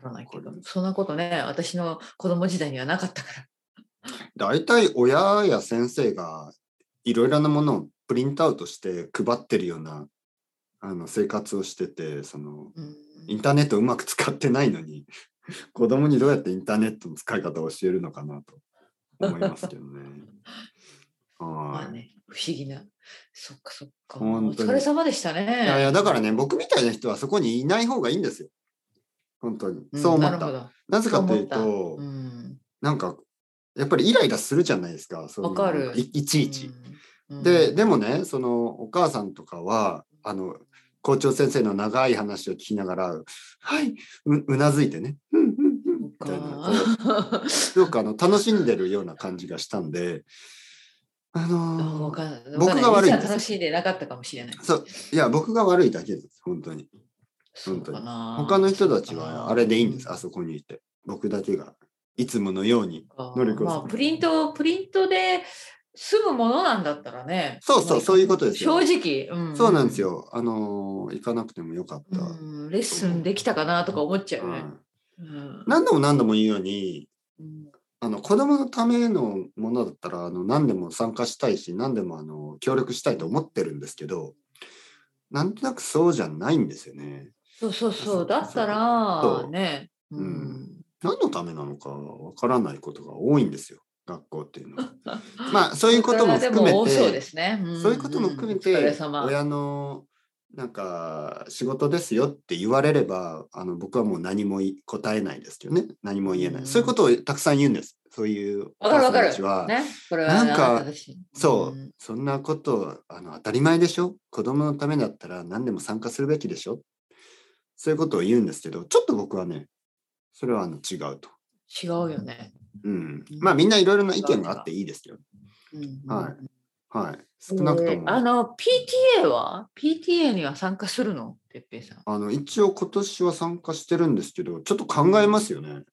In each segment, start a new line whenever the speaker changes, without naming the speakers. からないけど、そんなことね、私の子供時代にはなかったから。
大体親や先生がいろいろなものをプリントアウトして配ってるようなあの生活をしててその
うん
インターネットをうまく使ってないのに 子供にどうやってインターネットの使い方を教えるのかなと思いますけど ね。
まあ
はい
ね、不思議な。そっかそっか。お
本当に
疲れ様でしたね。
いやいやだからね僕みたいな人はそこにいない方がいいんですよ。本当に。そう思っ
な
た。
る
な
ほど
ぜ
そう
かとい
思
う
った
と、
うん
なんかやっぱりイライラするじゃないですか。そういう
わかる
いいちいち。
うんうん
ででもねそのお母さんとかはあの校長先生の長い話を聞きながら「はいううなずいてね」うんうんうんみたいなこう
か
すごくあの楽しんでるような感じがしたんであ
あわ
のー
かんない
僕が悪いんです
実は楽しんでなかったかもしれない。
そういや僕が悪いだけです本当に
そうかな
他の人たちはあれでいいんです
うん
あそこにいて僕だけがいつものように能力を
まあ、プリント、プリントで済むものなんだったらね。
そうそうそういうことですよ
正直、うん
そうなんです。よあのー行かなくてもよかっ
う
た、
ん、レッスンできたかなとか思っちゃう
は
ね
い。
うん
何度も何度も言うように
うん
あの子供のためのものだったらあの何でも参加したいし何でもあの協力したいと思ってるんですけどなんとなくそうじゃないんですよね。
そうそう
そ
そうう。だった
そ
ら
う
ね。
うん何のためなのかわからないことが多いんですよ学校っていうの は。まあそういうことも含
それは
め
でも多そう
て
ですね。ん
そういうことも含め
お疲れ
て
様
親のなんか仕事ですよって言われればあの僕はもう何もい答えないですけどね何も言えな
う
い
ん
そういうことをたくさん言うんですそういうお
わかるわ
母
か
さん
る
たちは。。
ね。これは
なんか
あたたち
そう、
ん
そんなことあの当たり前でしょ子供のためだったら何でも参加するべきでしょそういうことを言うんですけどちょっと僕はねそれはあの違うと、
違うよね。
うん
うん、
まあみんないろいろな意見があっていいですよ
うん
はいはい少
え
なくとも、
ーあの PTA は PTA には参加するの哲平さん。
あの一応今年は参加してるんですけどちょっと考えますよね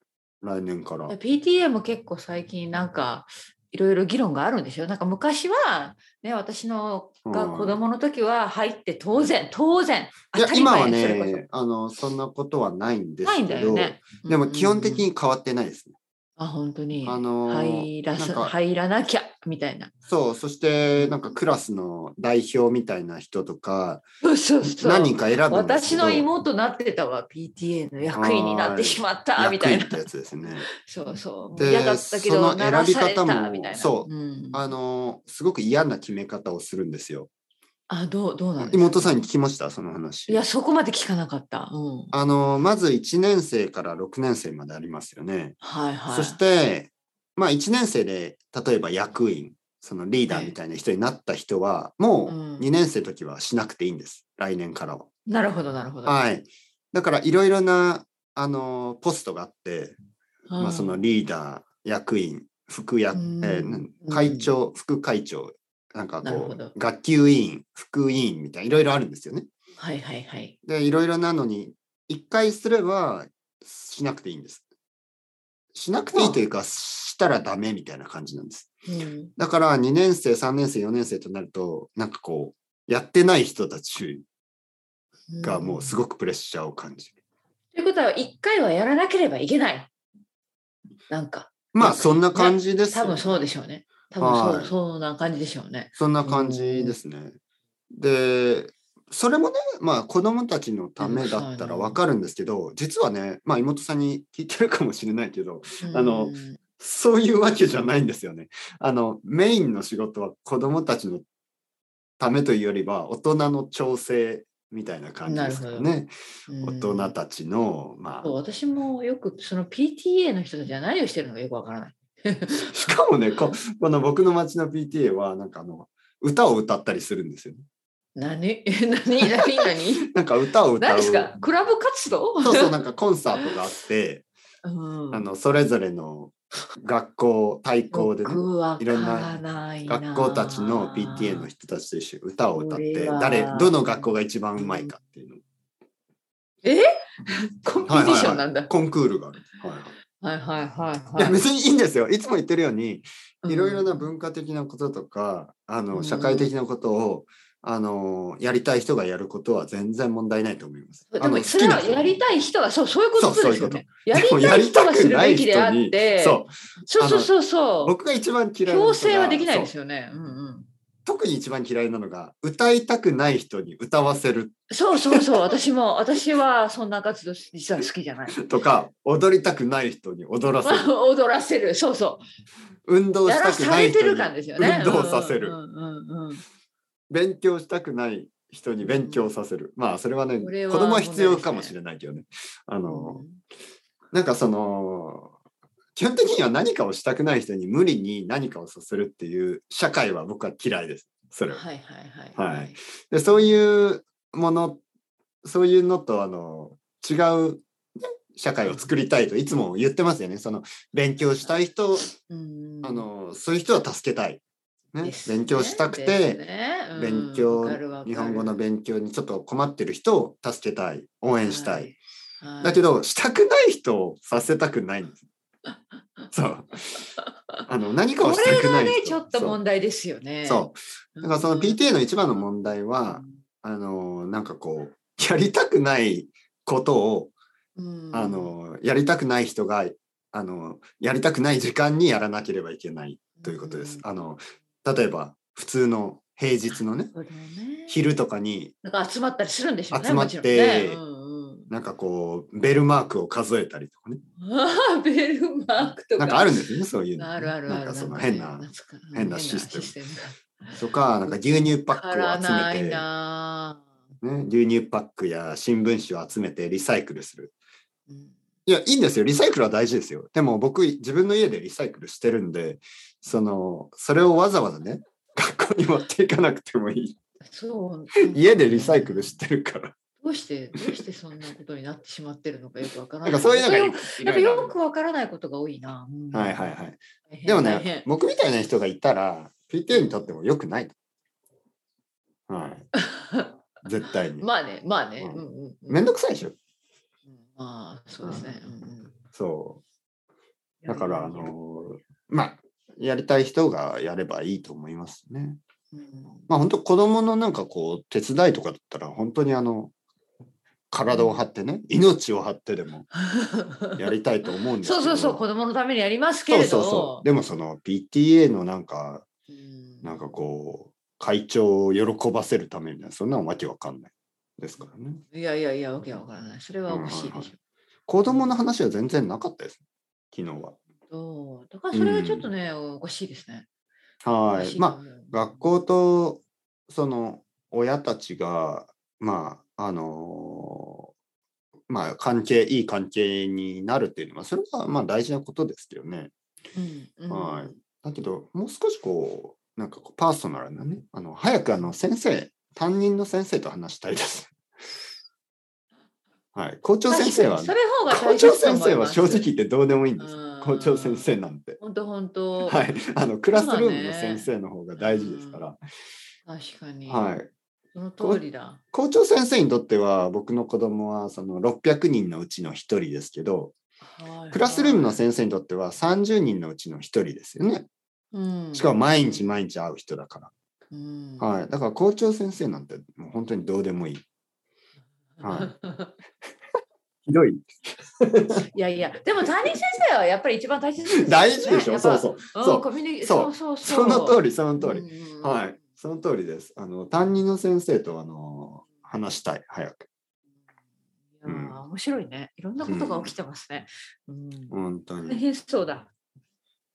来年から
PTA も結構最近なんかいろいろ議論があるんでしょなんか昔は、ね、私の
うん
が子供の時は入って当然当然
いや
当たり
今は
前それこ
ねあのそんなことはないんで
そ
す
ないんだ
け
よ
ど、
ね。
でも基本的
うんうんうん
に変わってないですね、
あ本当に、
あの
入らす
なんか
入らなきゃみたいな。
そうそしてなんかクラスの代表みたいな人とか
そうそうそう
何人か選ぶんです
私
けど
の妹なってたわ PTA の役員になってしまったみたい
役員
な
ってやつですね。
そうそう
で
嫌だったけど
その選び
鳴
方も
らされたみたいな
そう、
ん
あのすごく嫌な決め方をするんですよ。
あどうどうなんですか
妹さんに聞きましたその話。
いやそこまで聞かなかった、うん、
あのまず1年生から6年生までありますよね。
はいはい
そしてまあ1年生で例えば役員そのリーダーみたいな人になった人はもう
うん
2年生の時はしなくていいんです来年からは。
なるほどなるほど、
はい。だからいろいろなあのポストがあって
うん
まあ、そのリーダー役員副役、
うん
えーなん
うん
会長副会長なんか
なる
こ
ほ
う
ど
学級委員副委員みたいないろいろあるんですよね。
はいはいはい
でいろいろなのに1回すればしなくていいんです。しなくていいというかしたらダメみたいな感じなんです。
うん
だから2年生3年生4年生となるとなんかこうやってない人たちがもうす
い、
ごくプレッシャーを感じる。
ということは一回はやらなければいけないなんか
まあそんな感じですよ
多
ね、
分そうでしょうね多分そう、
はい
そうな感じでしょうね
そんな感じですね。で、それもね、まあ子供たちのためだったらわかるんですけど、実はね、まあ妹さんに聞いてるかもしれないけど、あの
うん
そういうわけじゃないんですよね。あの、メインの仕事は子供たちのためというよりは、大人の調整みたいな感じですから
な
ね。大人たちの、ま
そう私もよくその PTA の人たちは何をしてるのかよくわからない。
あ、しかもね、ここの僕の町の PTA は、なんかあの、歌を歌ったりするんですよ。
何 何何 何
なんか歌を歌
何
う。
ですかクラブ活動
そうそう、なんかコンサートがあって、
うん
あのそれぞれの学校対抗でね、
僕わ
い
か
ろん
ら
な
ないな
学校たちの PTA の人たちと一緒に歌を歌
こ
って
れは
誰どの学校が一番うまいかっていうの
コンペティションなんだ。
コンクールがある。はいは
はいは
い
いはい
いや
はい。
別にいいんですよいつも言ってるように
うん
いろいろな文化的なこととかあ
う
の
ん
社会的なことをあのやりたい人がやることは全然問題ないと思います。
で
あの
もそれはやり
い
たい人がそうそういうこと
そう
で
そう
す
いう
よ
こ
ね。
と
やりたい人がするべきであって、
そ
そうそうそう
う
そう
僕が一番嫌いなのが
強制はできないです
そう
よね。うんうん。
特に一番嫌いなのが歌いたくない人に歌わせる
そうそうそう私も私はそんな活動実は好きじゃない。
とか踊りたくない人に踊らせる
踊らせるそうそ
運動
う
し
やら
たく
さ
ない
れて
人
る
に
感ですよね。
運動させる
うんうんうんうん
勉強したくない人に勉強させる、まあそれはね
これは
子供は必要かもしれないけどねあの、
うん
なんかその基本的には何かをしたくない人に無理に何かをさせるっていう社会は僕は嫌いですそれは
はいはいはい
はい。でそういうものそういうのとあの違う、ね社会を作りたいといつも言ってますよねその勉強したい人
うん
あのそういう人は助けたい、ね
で、すね
勉強したくて、
ですねうん
勉強、
わかるわかる
日本語の勉強にちょっと困ってる人を助けたい応援したい、
はいはい
だけどしたくない人をさせたくな いんですそうあの何かを
こ
した
れ
くな
が
い人
ねちょっと問題ですよね。
そうそうだからその PTA の一番の問題は、あのなんかこうやりたくないことを、
うん
あのやりたくない人があのやりたくない時間にやらなければいけないということです、
うん
あの例えば普通の平日のね
そうだよね
昼とかに
なんか集まったりするんでしょうね。
集まって
もちろんね
なんかこうベルマークを数えたりとかね
うんうんあー、ベルマークとか。
なんかあるんですよねそういうのね
あるあるある。
なんかその変な
懐か
変なシステム
変な
とかなんか牛乳パッ
わから
クを集
な
め
い
て、
な
ね、牛乳パックや新聞紙を集めてリサイクルする
ぁ。うん
いやいいんですよリサイクルは大事ですよでも僕自分の家でリサイクルしてるんでそのそれをわざわざね 学校に持っていかなくてもいい
そう。
家でリサイクルしてるから
どうして、どうしてそんなことになってしまってるのかよくわから
な
なんい。
かそういうのがいい
なんかよくわからないことが多いな。うん
はいはいはい
大変
でも
大
ね
変、
僕みたいな人がいたら、PTA にとっても良くない。 はい。絶対に。
まあね、まあね。
う
うんんうんうん
めんどくさいでしょ。
まあ、そうですね。うんうん
そう。だから、あのまあ、やりたい人がやればいいと思いますね。
うん
まあ、本当子供のなんかこう、手伝いとかだったら、本当にあの、体を張ってね、命を張ってでもやりたいと思うんですけ
そ
ど。
うそうそう、子供のためにやりますけれ
そ
ど。
うそうそう。でもその PTA のなんか、
うん
なんかこう、会長を喜ばせるためみたいな、そんなのわけわかんないですからね。
いやいやいや、わけわからない。それはおかしいでしょ。
子供の話は全然なかったです、昨日は。
そうだからそれはちょっとね、おかしいですね。
は
おかし
い。
と
ま
思う
あ、学校と、その、親たちが、まあ、あのまあ、関係、いい関係になるっていうのは、それはまあ大事なことですけどね。
うんうん
はい。だけど、もう少しこう、なんかこうパーソナルなね、あの、早くあの、先生、担任の先生と話したいです。 はい。校長
確か
先
に
生は、
それ方が
校
大切
長
と
先
思い
生
ま
は
す
正直言ってどうでもいいんです。
うん
校長先生なんて。
本当本当。
はい。あの、クラスルームの
そうだね
先生の方が大事ですから。
確かに。
はい。
その通りだ。
校長先生にとっては、僕の子供はその600人のうちの1人ですけど、
はい
クラスルームの先生にとっては30人のうちの1人ですよね。
うん
しかも毎日毎日会う人だから。
うん
はい、だから校長先生なんてもう本当にどうでもいい。はひどい。
い。やいや、でも担任先生はやっぱり一番大切ですよね
大事でしょ、そう
う。
そう。
やっぱ
そ
うん
う
コミュニ
そ
そううそう
その通
り。
り、その通り。
り
はい、その通りです。あの担任の先生とあの話したい、早く。
いやー面白いね。いろんなことが起きてますね。うん
本当
大
に。
変そうだ。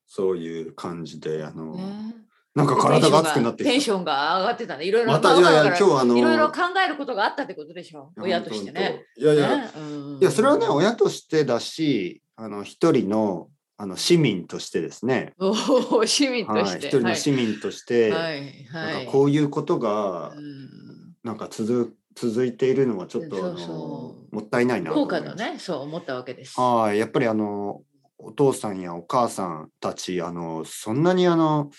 そういう感じで、あの、
ね
なんか体が熱くなって
テン
き
ションが上がってたね。いろい
た。
ろ、
また、い
まあ
やい
だ
や、
から
今日あの、
いろいろ考えることがあったってことでしょ。
いや
親として。ね。
本当本当いやいや、
ねうん
いや、それはね、親としてだし、あの、一人の、あの、市民としてですね。
おお、市民と
はい、
し
一
て。
人の市民として、
はい、はい、
な
は
ん
い。
かこういうことが
う、ん
なんか続続いているのはちょっと
そ
あ
う
の
そう
もったいないなと
効
思
果
いま
だ
す。
ね、そう思ったわけです。
はい、やっぱりあのお父さんやお母さんたちあのそんなにあの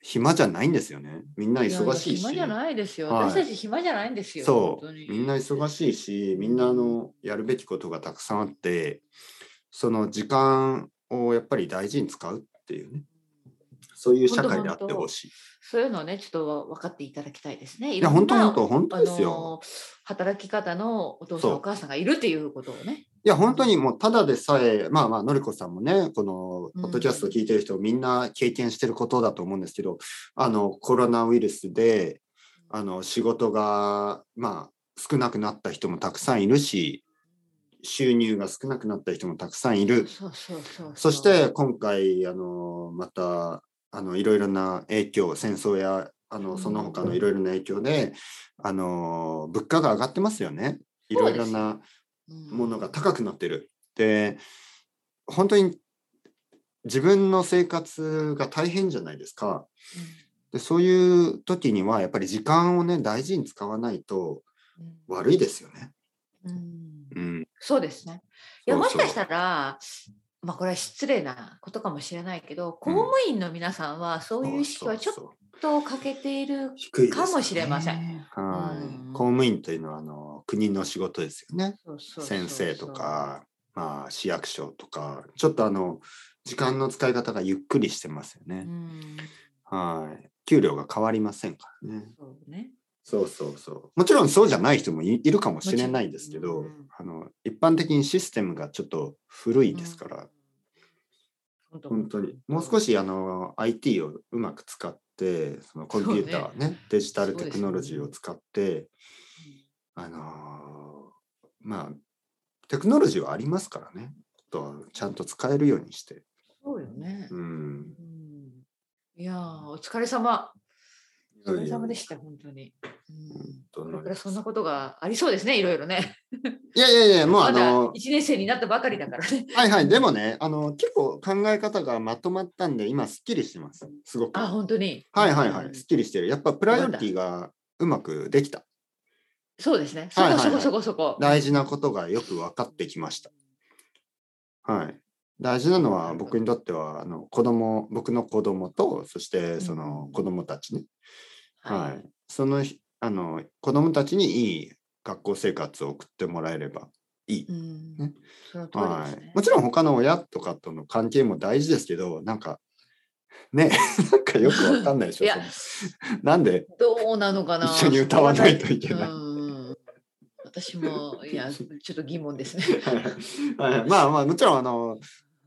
暇じゃないんですよね。みんな忙しいし、
やや暇じゃないですよ。
はい
私たち暇じゃないんですよ。
そう
本当に
みんな忙しいし、みんなあのやるべきことがたくさんあって、その時間をやっぱり大事に使うっていうね、そういう社会であってほしい。
そういうのをね、ちょっと分かっていただきたいですね。い
い
ろ
や、
んな
本当、本当、本当ですよ。
あの働き方のお父さ
そ
ん
う
お母さんがいるっていうことをね。
いや、本当にもう、ただでさえ、まあまあ、のりこさんもね、こ
うん
の、ポッドキャストを聞いてる人、みんな経験してることだと思うんですけど、あの、コロナウイルスで、あの、仕事が、まあ、少なくなった人もたくさんいるし、収入が少なくなった人もたくさんいる。
そうそうそうそう
そして、今回、あの、また、あの、いろいろな影響、戦争や、あ
う
の、
ん
その他のいろいろな影響で、あの、物価が上がってますよね。いろい
そ
ろ
うです
な、
うん
ものが高くなってる。で本当に自分の生活が大変じゃないですか。でそういう時にはやっぱり時間をね大事に使わないと
うん
悪いですよね。
うん
うん、
そうですね。いや
そう
も
そ
し
う
かしたら、まあこれは失礼なことかもしれないけど、公務員の皆さんはそういう意識はちょっ
そうそ
と
う
欠けている。
低いですよね
かもしれません。
はい、
うん
公務員というのはあの国の仕事ですよね。
そうそうそう
先生と。か、まあ、市役所とかちょっとあの時間の使い方がゆっくりしてますよ
う
ね。
ん、
はい給料が変わりませんからね。
そうね。
そうそうそう。もちろんそうじゃない人もいいるかもしれないですけど、
もちろんうん
あの一般的にシステムがちょっと古いですから、
うん。
本当にもう少しあの IT をうまく使ってそのコンピューターねデジタルテクノロジーを使って、あのーまあテクノロジーはありますからねあとはちゃんと使えるようにして、
そうよね。
うん、
うんいやーお疲れ様。お疲れ様でした、本当に。うん
本当
こ
に
れ からそんなことがありそうですね、いろいろね。
いやいやいやもう
ま
あ
だ1
の
年生になったばかりだからね。
はいはいでもねあの結構考え方がまとまったんで今すっきりしてますすごく。
あ、本当に。
はいはいは
うん
い、すっきりしてる。やっぱプライオリティがうまくできた。
そうですね。そ
はい
こ
はい
そ
は
こ
い
そこそこ。
大事なことがよく分かってきました。はい。大事なのは僕にとってはあの子供、僕の子供と、そしてその子供たちね。はい。そのひあの子供たちにいい学校生活を送ってもらえればいい。
うん
ね
その通り
は
です
い
ね。。
もちろん他の親とかとの関係も大事ですけど、なんか。ね、 なんかよくわかんないでしょ。
いや
そのな んで
どうなのかな。
一緒に歌わないといけない
うん私も、いや、ちょっと疑問ですね。
はいはいまあまあもちろんあの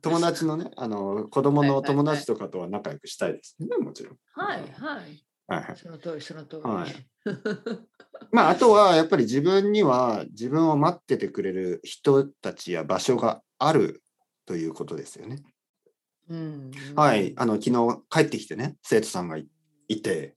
友達のねあの子供
はい
の
はいはい
友達とかとは仲良くしたいですね、もちろん。
はいはい。
はいはい、
その通り、その通り。
はいまああとはやっぱり自分には自分を待っててくれる人たちや場所があるということですよね。
うん
はい、あの昨日帰ってきてね生徒さんがいいて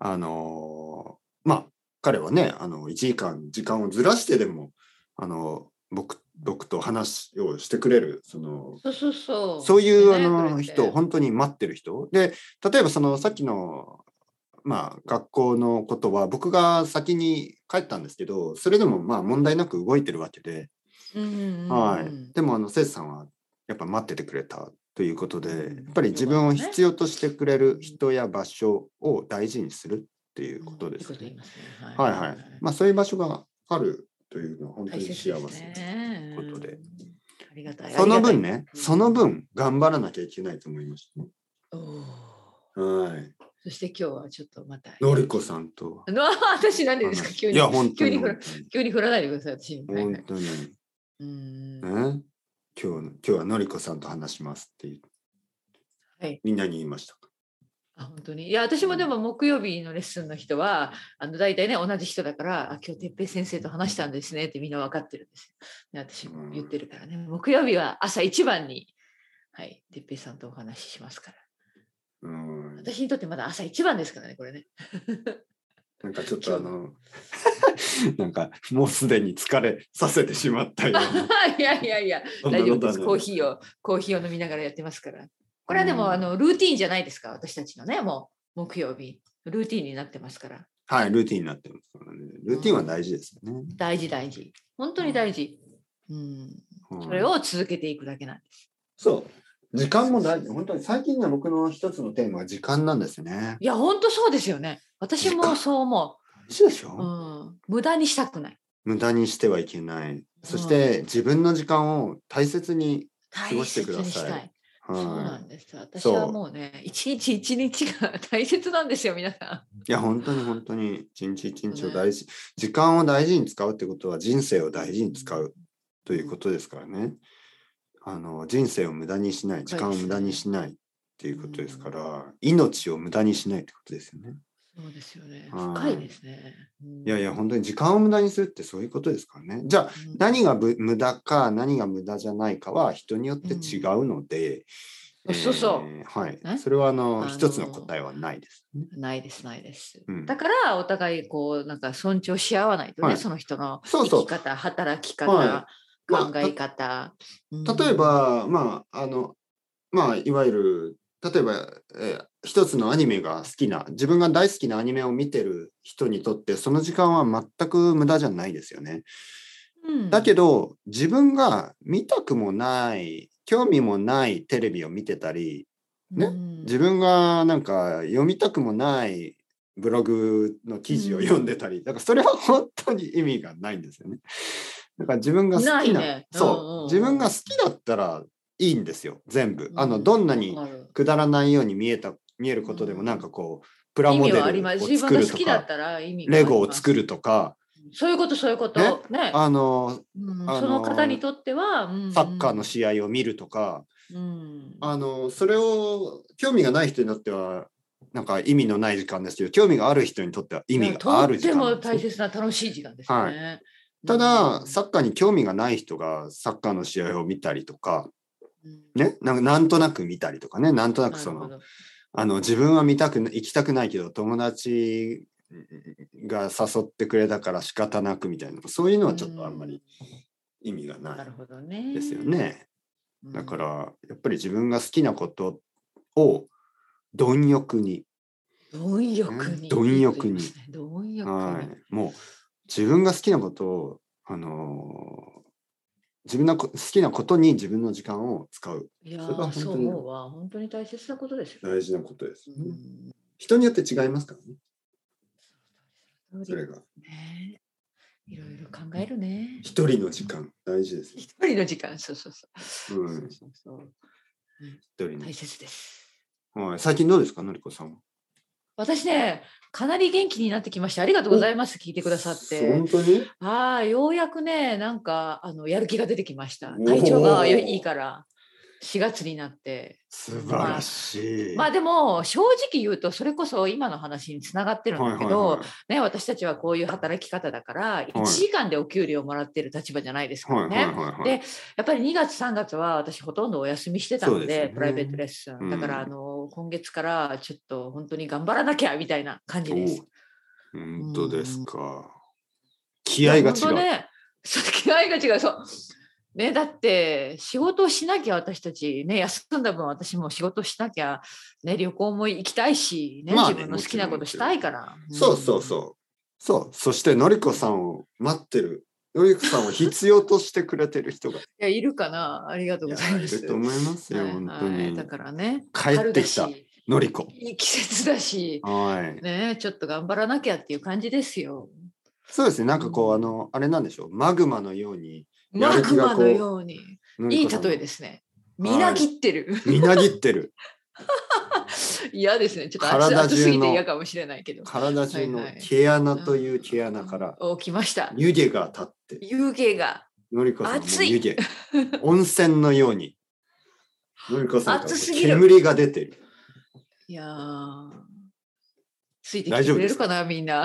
あのーまあ彼はねあの1時間時間をずらしてでもあの僕僕と話をしてくれるその
そうそうそう。
そういうあ
ねこ
の
れって
人、本当に待ってる人。で、例えばそのさっきの、まあ、学校のことは、僕が先に帰ったんですけど、それでもまあ問題なく動いてるわけで、
うんうんうん
はい。でも、あの、せいさんはやっぱ待っててくれたということで、や
うん
っぱり自分を必要としてくれ
う
る
ん
人や場所を大事にするっていうことです
いいこと言い
ね。
ますね。
はいはい。まあ、そういう場所があるというのは本当
大
に
切
幸
で
せ
す。ね。
ことで
うんありがたい。
その分
ね。
ね、
うん
その分頑張らなきゃいけないと思いましたね。
おー
はい。
そして今日はちょっとまた。
のりこさんと。
うわ 私なんでですか
話
急に。
いや、本当
急
に。
に振ら
本
急に振らないでください、私。
当
はい
に
はい
本当にね。
うんは
今日の、今日はのりこさんと話しますっていう
い。
みんなに言いました。
あ本当にいや私もでも木曜日のレッスンの人はあの大体ね同じ人だからあ今日哲平先生と話したんですねってみんな分かってるんですよ。で私も言ってるからね、木曜日は朝一番に、はい、哲平さんとお話ししますから。
うん。
私にとってまだ朝一番ですからね、これね。
なんかちょっとあの、 なんかもうすでに疲れさせてしまったよう な。
いやいやいや、
そんな
大
こ
丈夫
と
で
は
す。
ない
コーヒーを、コーヒーを飲みながらやってますから。これはでも、
うん
あのルーティーンじゃないですか、私たちのね、もう木曜日。ルーティーンになってますから。
はい、ルーティンになってますからね。ルーティンは大事ですよね。
大事、大事。本当に大事。うん。
うん
それを続けていくだけなんです。
そう。時間も大事。本当に最近の僕の一つのテーマは時間なんですね。
いや、本当そうですよね。私もそう思
大事でし
う。
ょ、
うん。無駄にしたくない。
無駄にしてはいけない。そして自分の時間を大切に過
大
ごして
切
ください
にしたい。そう
は
なんです。私はもうね、一日一日が大切なんですよ、皆さ
い、いや本当に本当に一日一日を大事、時間を大事に使うってことは人生を大事に使うということですからねあの人生を無駄にしない時間を無駄にしないっていうことですから、命を無駄にしないってことですよね
ん。そうですよね。
はい
深いですね。うん
いやいや、本当に時間を無駄にするってそういうことですからねじゃあ
うん
何がぶ無駄か何が無駄じゃないかは人によって違うので、
うんそうそう
えーはい
ね
それはあの、
あのー
一つの答えはないですね、
ないです、ないです。
うん
だから、お互い、こう、なんか尊重し合わないとね、
はい
その人の
そ
生
うそう
き方、働き方、
はまあ
考え方。うん
た例え、ばまああのまあいわゆる例えば、えー一つのアニメが好きな自分が大好きなアニメを見てる人にとってその時間は全く無駄じゃないですよね。
うん
だけど自分が見たくもない興味もないテレビを見てたりね
うん
自分がなんか読みたくもないブログの記事を読んでたり、だからそれは本当に意味がないんですよね。 だから自分が好きな
ないね
そう、
うんうんうん
自分が好きだったらいいんですよ全部。あ
う
のどんなに
わかる
くだらないように見えた見えることでもなんかこうプラ
意
モデ
味
ル
はあります。
を
自
作
分
る
が好
と
きだっ
か
たら意味があ
レ
ります
ゴを作るとか
そういうこと、そういうこと。
ね
ね
あの
うん
あの
その方にとっては、うんうん
サッカーの試合を見るとか。
うん
あのそれを興味がない人にとってはなんか意味のない時間ですけど興味がある人にとっては意味がある時
とっ
間
て
な
も
んです
大
ね
切な楽しい時間ですね。
は
うん
ただサッカーに興味がない人がサッカーの試合を見たりとか、ね、なんかなんとなく見たりとかねなんとなくそ
な
の
るほど
あの自分は見たくな行きたくないけど友達が誘ってくれたから仕方なくみたいなそういうのはちょっとあんまり意味がな
なる
い
ほどね。
ですよね。
うん。
だからやっぱり自分が好きなことを貪欲に、
貪欲に。
貪欲に
貪欲に。
はい、もう自分が好きなことを、あのー自分のこ好きなことに自分の時間を使う
いや
それ
ー
は本当に
そう思うわ。本当に大切なことですよ。
大事なことです、
うん
人によって違いますからねそ
そ
れ
う
が
ですね。いろいろ考えるね。
一人の時間大事ですよ
一人の時間、そうそうそう。
うん
そうそうそう
一人
大切です。
の、はい、最近どうですかのりこさんは
私ね、かなり元気になってきました。ありがとうございます。聞いてくださって。
本当に
ああ、ようやくね、なんか、あの、やる気が出てきました
お。ー
体調がよいいから、4月になって。
素晴らしい、
まあでも、正直言うと、それこそ今の話につながってるんだけど、ね、私たちはこういう働き方だから、1時間でお給料もらってる立場じゃないですか
はいは
ら
いはい
ね。
はいはいはい
でやっぱり2月、3月は私ほとんどお休みしてた
そ
ので、
うですよね
プライベートレッス
うん
ン。だから、あの、今月からちょっと本当に頑張らなきゃみたいな感じです。
お本当ですか気合が
本
違
当
う、
ね、そう気合が違う。そうね、だって仕事をしなきゃ私たち、ね、休んだ分私も仕事しなきゃ、ね、旅行も行きたいし、ね
まあね
自分の好きなことしたいから。
そうそうそう。そう。そして、のりこさんを待ってる。のりこさんを必要としてくれてる人が
う
い
ん。 いやいるかなありがとうご
や
ざいま
い
す。
ると思いますよ、本当
はいはい
に。
だからね、
帰ってきた
春だし
のりこ。
いい季節だし、
はい。
ね、ちょっと頑張らなきゃっていう感じですよ。
そうですね。なんかこう、あの、あれなんでしょう。マグマのように。や
マ
る気
グ
が
マ
こう。
のように。いい例えですすね。みなぎってる。
みなぎってる。
嫌ですね。ちょっと暑
体中の
暑すぎて嫌かもしれないけど。
体中の
はいはい
毛穴という毛穴から
お来ました。
湯気が立って、
湯気が
のりこさんの
熱い
湯気。温泉のように。のりこさんから
熱すぎる
煙が出てる。
いやーついて
大
きて
丈夫
く
で
れ
す
るかなみんな。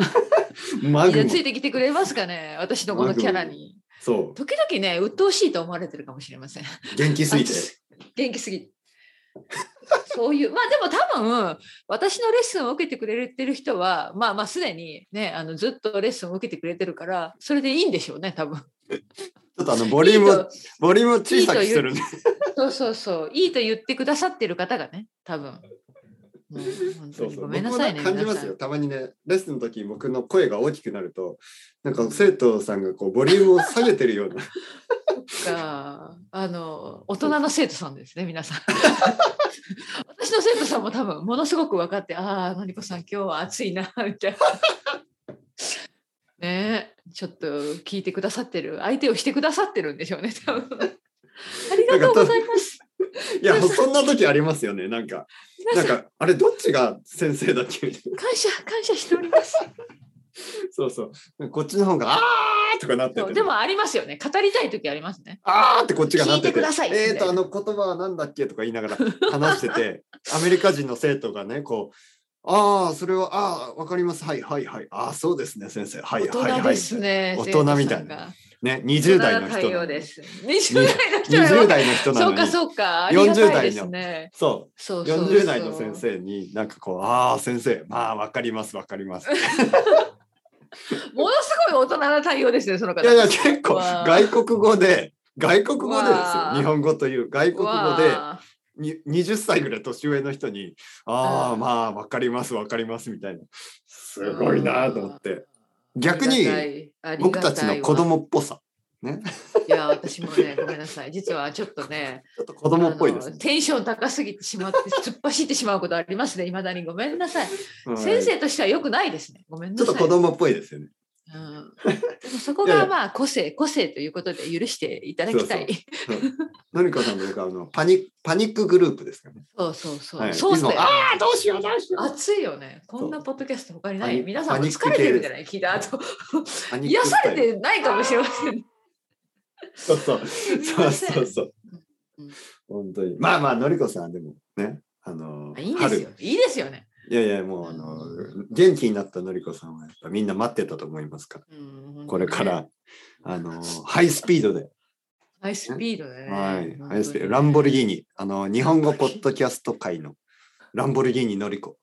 マ
みん
グ
な
マ
つ。いてきてくれますかね私のこのキャラに。
そう。
時々ね鬱陶しいと思われてるかもしれません。
元気すぎて
熱。す元気すぎ。そういうまあでも多分私のレッスンを受けてくれてる人はまあまあすでにねあのずっとレッスンを受けてくれてるからそれでいいんでしょうね多分。
ちょっとあの、ボリューム
いい
を
と
ボリュームを小さくするね。
そうそうそう、いいと言ってくださってる方がね、多分。うん本当にごめんなさいね。
僕も感じますよ。たまにね、レッスンの時、僕の声が大きくなると、なんか生徒さんがこうボリュームを下げてるような。
皆さんがあの、大人の生徒さんですね、皆 さん。私の生徒さんも多分、ものすごく分かって、ああ、のりこさん、今日は暑いな、 みたいな。ねえ、ちょっと聞いてくださってる、相手をしてくださってるんでしょうね、多分。ありがとうございます。
いや、そんな時ありますよね。なんか、な
皆
ん
さん
か、あれ、どっちが先生だっけみたいな。
感謝感謝しております。
そうそう。こっちの方が、あーとかなって
そう
て。
でもありますよね。語りたい時ありますね。
あーってこっちがなって
聞いてください
えー
みた
と、あ
いな
の言葉はなんだっけとか言いながら話してて、アメリカ人の生徒がね、こう、ああ、それは、ああ、わかります。はいはいはい。ああ、そうですね、先生。はいはい
大
はい。
人ですね。
はいはい大人みたい
な。
ね、
10
20
代
代の
の
人
対
なの
応
に。
です。20代の人
20
は。
代の人なの
そう
に。
かそうか。ありがたいですね。
そう
そうそうそう
40代の先。生になんかこう「ああ先生まあわかりますわかります」い
ものすごい大人な対応ですね、その方。
やいや結構
わあ
外国語で外国語でです
わ
よ
あ
日本語という外国語で
わあ
に20歳ぐらい年上の人に「あ
あ
あ
ー
まあわかりますわかります」みたいなすごいなと思って逆に
ありがたい
僕たちの子。供っぽさ
ありがたいわいや、私もね、ごめんなさい。実はちょっとね、
ちょっと子供っぽいです
あの
ね。
テンション高すぎてしまって、突っ走ってしまうことありますね、いまだに。ごめんなさい。
はい
先生としては良くないですね。ごめん
ち
な
ょっ
さ
と
い。
子供っぽいですよね。
うん、でもそこ
いやい
が
や
まあ個性、個性ということで許していただきたい。
のりこさんというかあのパニパニックグループですかね。
そうそうそう。
はい、
そう
いつも
だよね
ああどうしようどう しよう。
暑いよね。こんなポッドキャスト他にな
パニ
い。皆さんも
パニック
疲れてるんじゃない聞いた後。
パニッ
癒
クス
さ
タ
れ
イル
てないかもしれません。
そうそう。
すみ
そう
ません
そうそう
うん。
本当に。まあまあ、のりこさんでもね、あの、
いいんですよ。いいですよね。
春いやいや、もう、あの、元気になったのりこさんは、やっぱみんな待ってたと思いますから、
うん
これか。ら、あの、ハイスピードで、
ハイスピードでね。
はい、
本当に
ハイスピード、ランボルギーニ、あの、日本語ポッドキャスト界のランボルギーニのりこ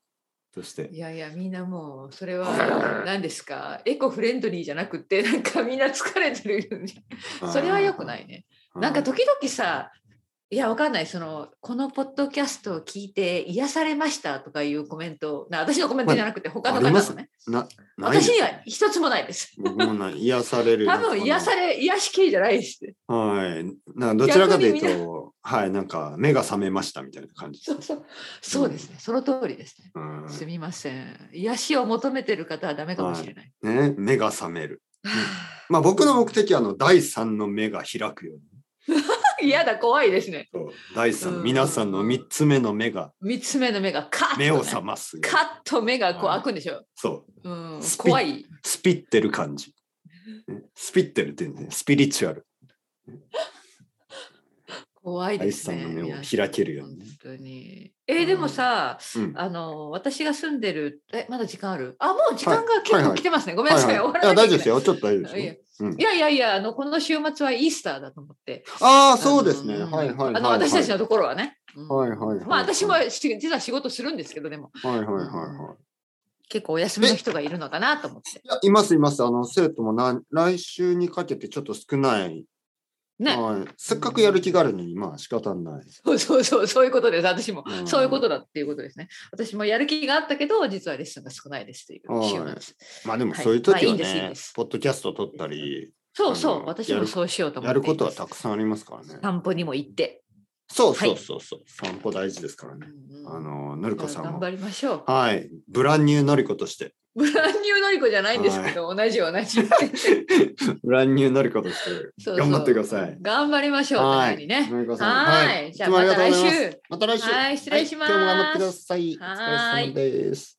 として、。
いやいや、みんなもう、それは何ですかエコフレンドリーじゃなくて、なんかみんな疲れてる。それは良くないいね。
う
なんか、時々さ、いや、わかんない。その、このポッドキャストを聞いて癒されましたとかいうコメント、な私のコメントじゃなくて、他の
あ
方
りま
の
す
ね。
な、ないです
私には一つもないです。
僕もな癒される。
多分癒され、癒し系じゃないです。
はい。なんかどちらかという
逆に
と、はい、なんか目が覚めましたみたいな感じです
そ。うそう。そうですね。その通りですね。
うん
すみません。癒しを求めてる方はダメかもしれない。
ね、目が覚める。まあ僕の目的はあの第三の目が開くように。
嫌だ、怖いですね。
そう第三、
うん
皆さんの三つ目の目が
三つ目の目がカッと、ね。
目を覚ますように。
カッと目がこう
は
開
い
くんでしょ。
そう、
うん
ス、ピ
怖い。
スピってる感じ。ねスピってるっていうね、スピリチュアル。
怖い
第
です
三
ね。
の目を
皆さん
開けるよう
本
にね。
当に。えーでもさ、
うん
あの、私が住んでる、え、まだ時間あるあ、もう時間
は
が
い
結
はい
構
はい
来てますね。ごめんな
はい
さ。
はいい、い
終わ
や
らな
大
き
丈
ゃいけない
夫ですよ、ちょっと大丈夫ですよ。うん
いやいやいや、あの、この週末はイースターだと思って。
ああ、そうですね。
あの
はいはいはい。
あの、私たちのところはね。うん
はいはいはい。
まあ私も
はい
し実は仕事するんですけどでも
はいはいはい。
結構お休みの人がいるのかなと思って
いや、いますいます。あの、生徒もな来週にかけてちょっと少ない。
ね
はい。せっかくやる気があるのに、まあ仕方ない。
そうそうそうそういうことです私も
うん
そういうことだっていうことですね私もやる気があったけど実はレッスンが少ないですという週
はい
末
まあでも
はい
そういう時
まあいい
は
ん
ね、
ですいいんです
ポッドキャスト撮ったり、
そうそ
あ
う
の
私もそうしようと思
や
って
る
います
ことはたくさんありますからね。
散歩にも行って
そうそうそうそう、散歩大事ですからね。
うんうん
あの、のりこさん
頑
も。
張りましょう
はい。ブランニューのりことして、
ブランニューのりこじゃないんですけど同じ同 じ
ブランニューのりことして、
そうそう
頑張ってください。
頑張りましょうお
は
互い
い。
にね
のりこさん
はーい
い
じゃ
つ
あ
も
ま
ありが
た
とう
来
ございます。
週
また来週。
はい失礼します
今日も頑張ってください。お
はーい
疲れ様です。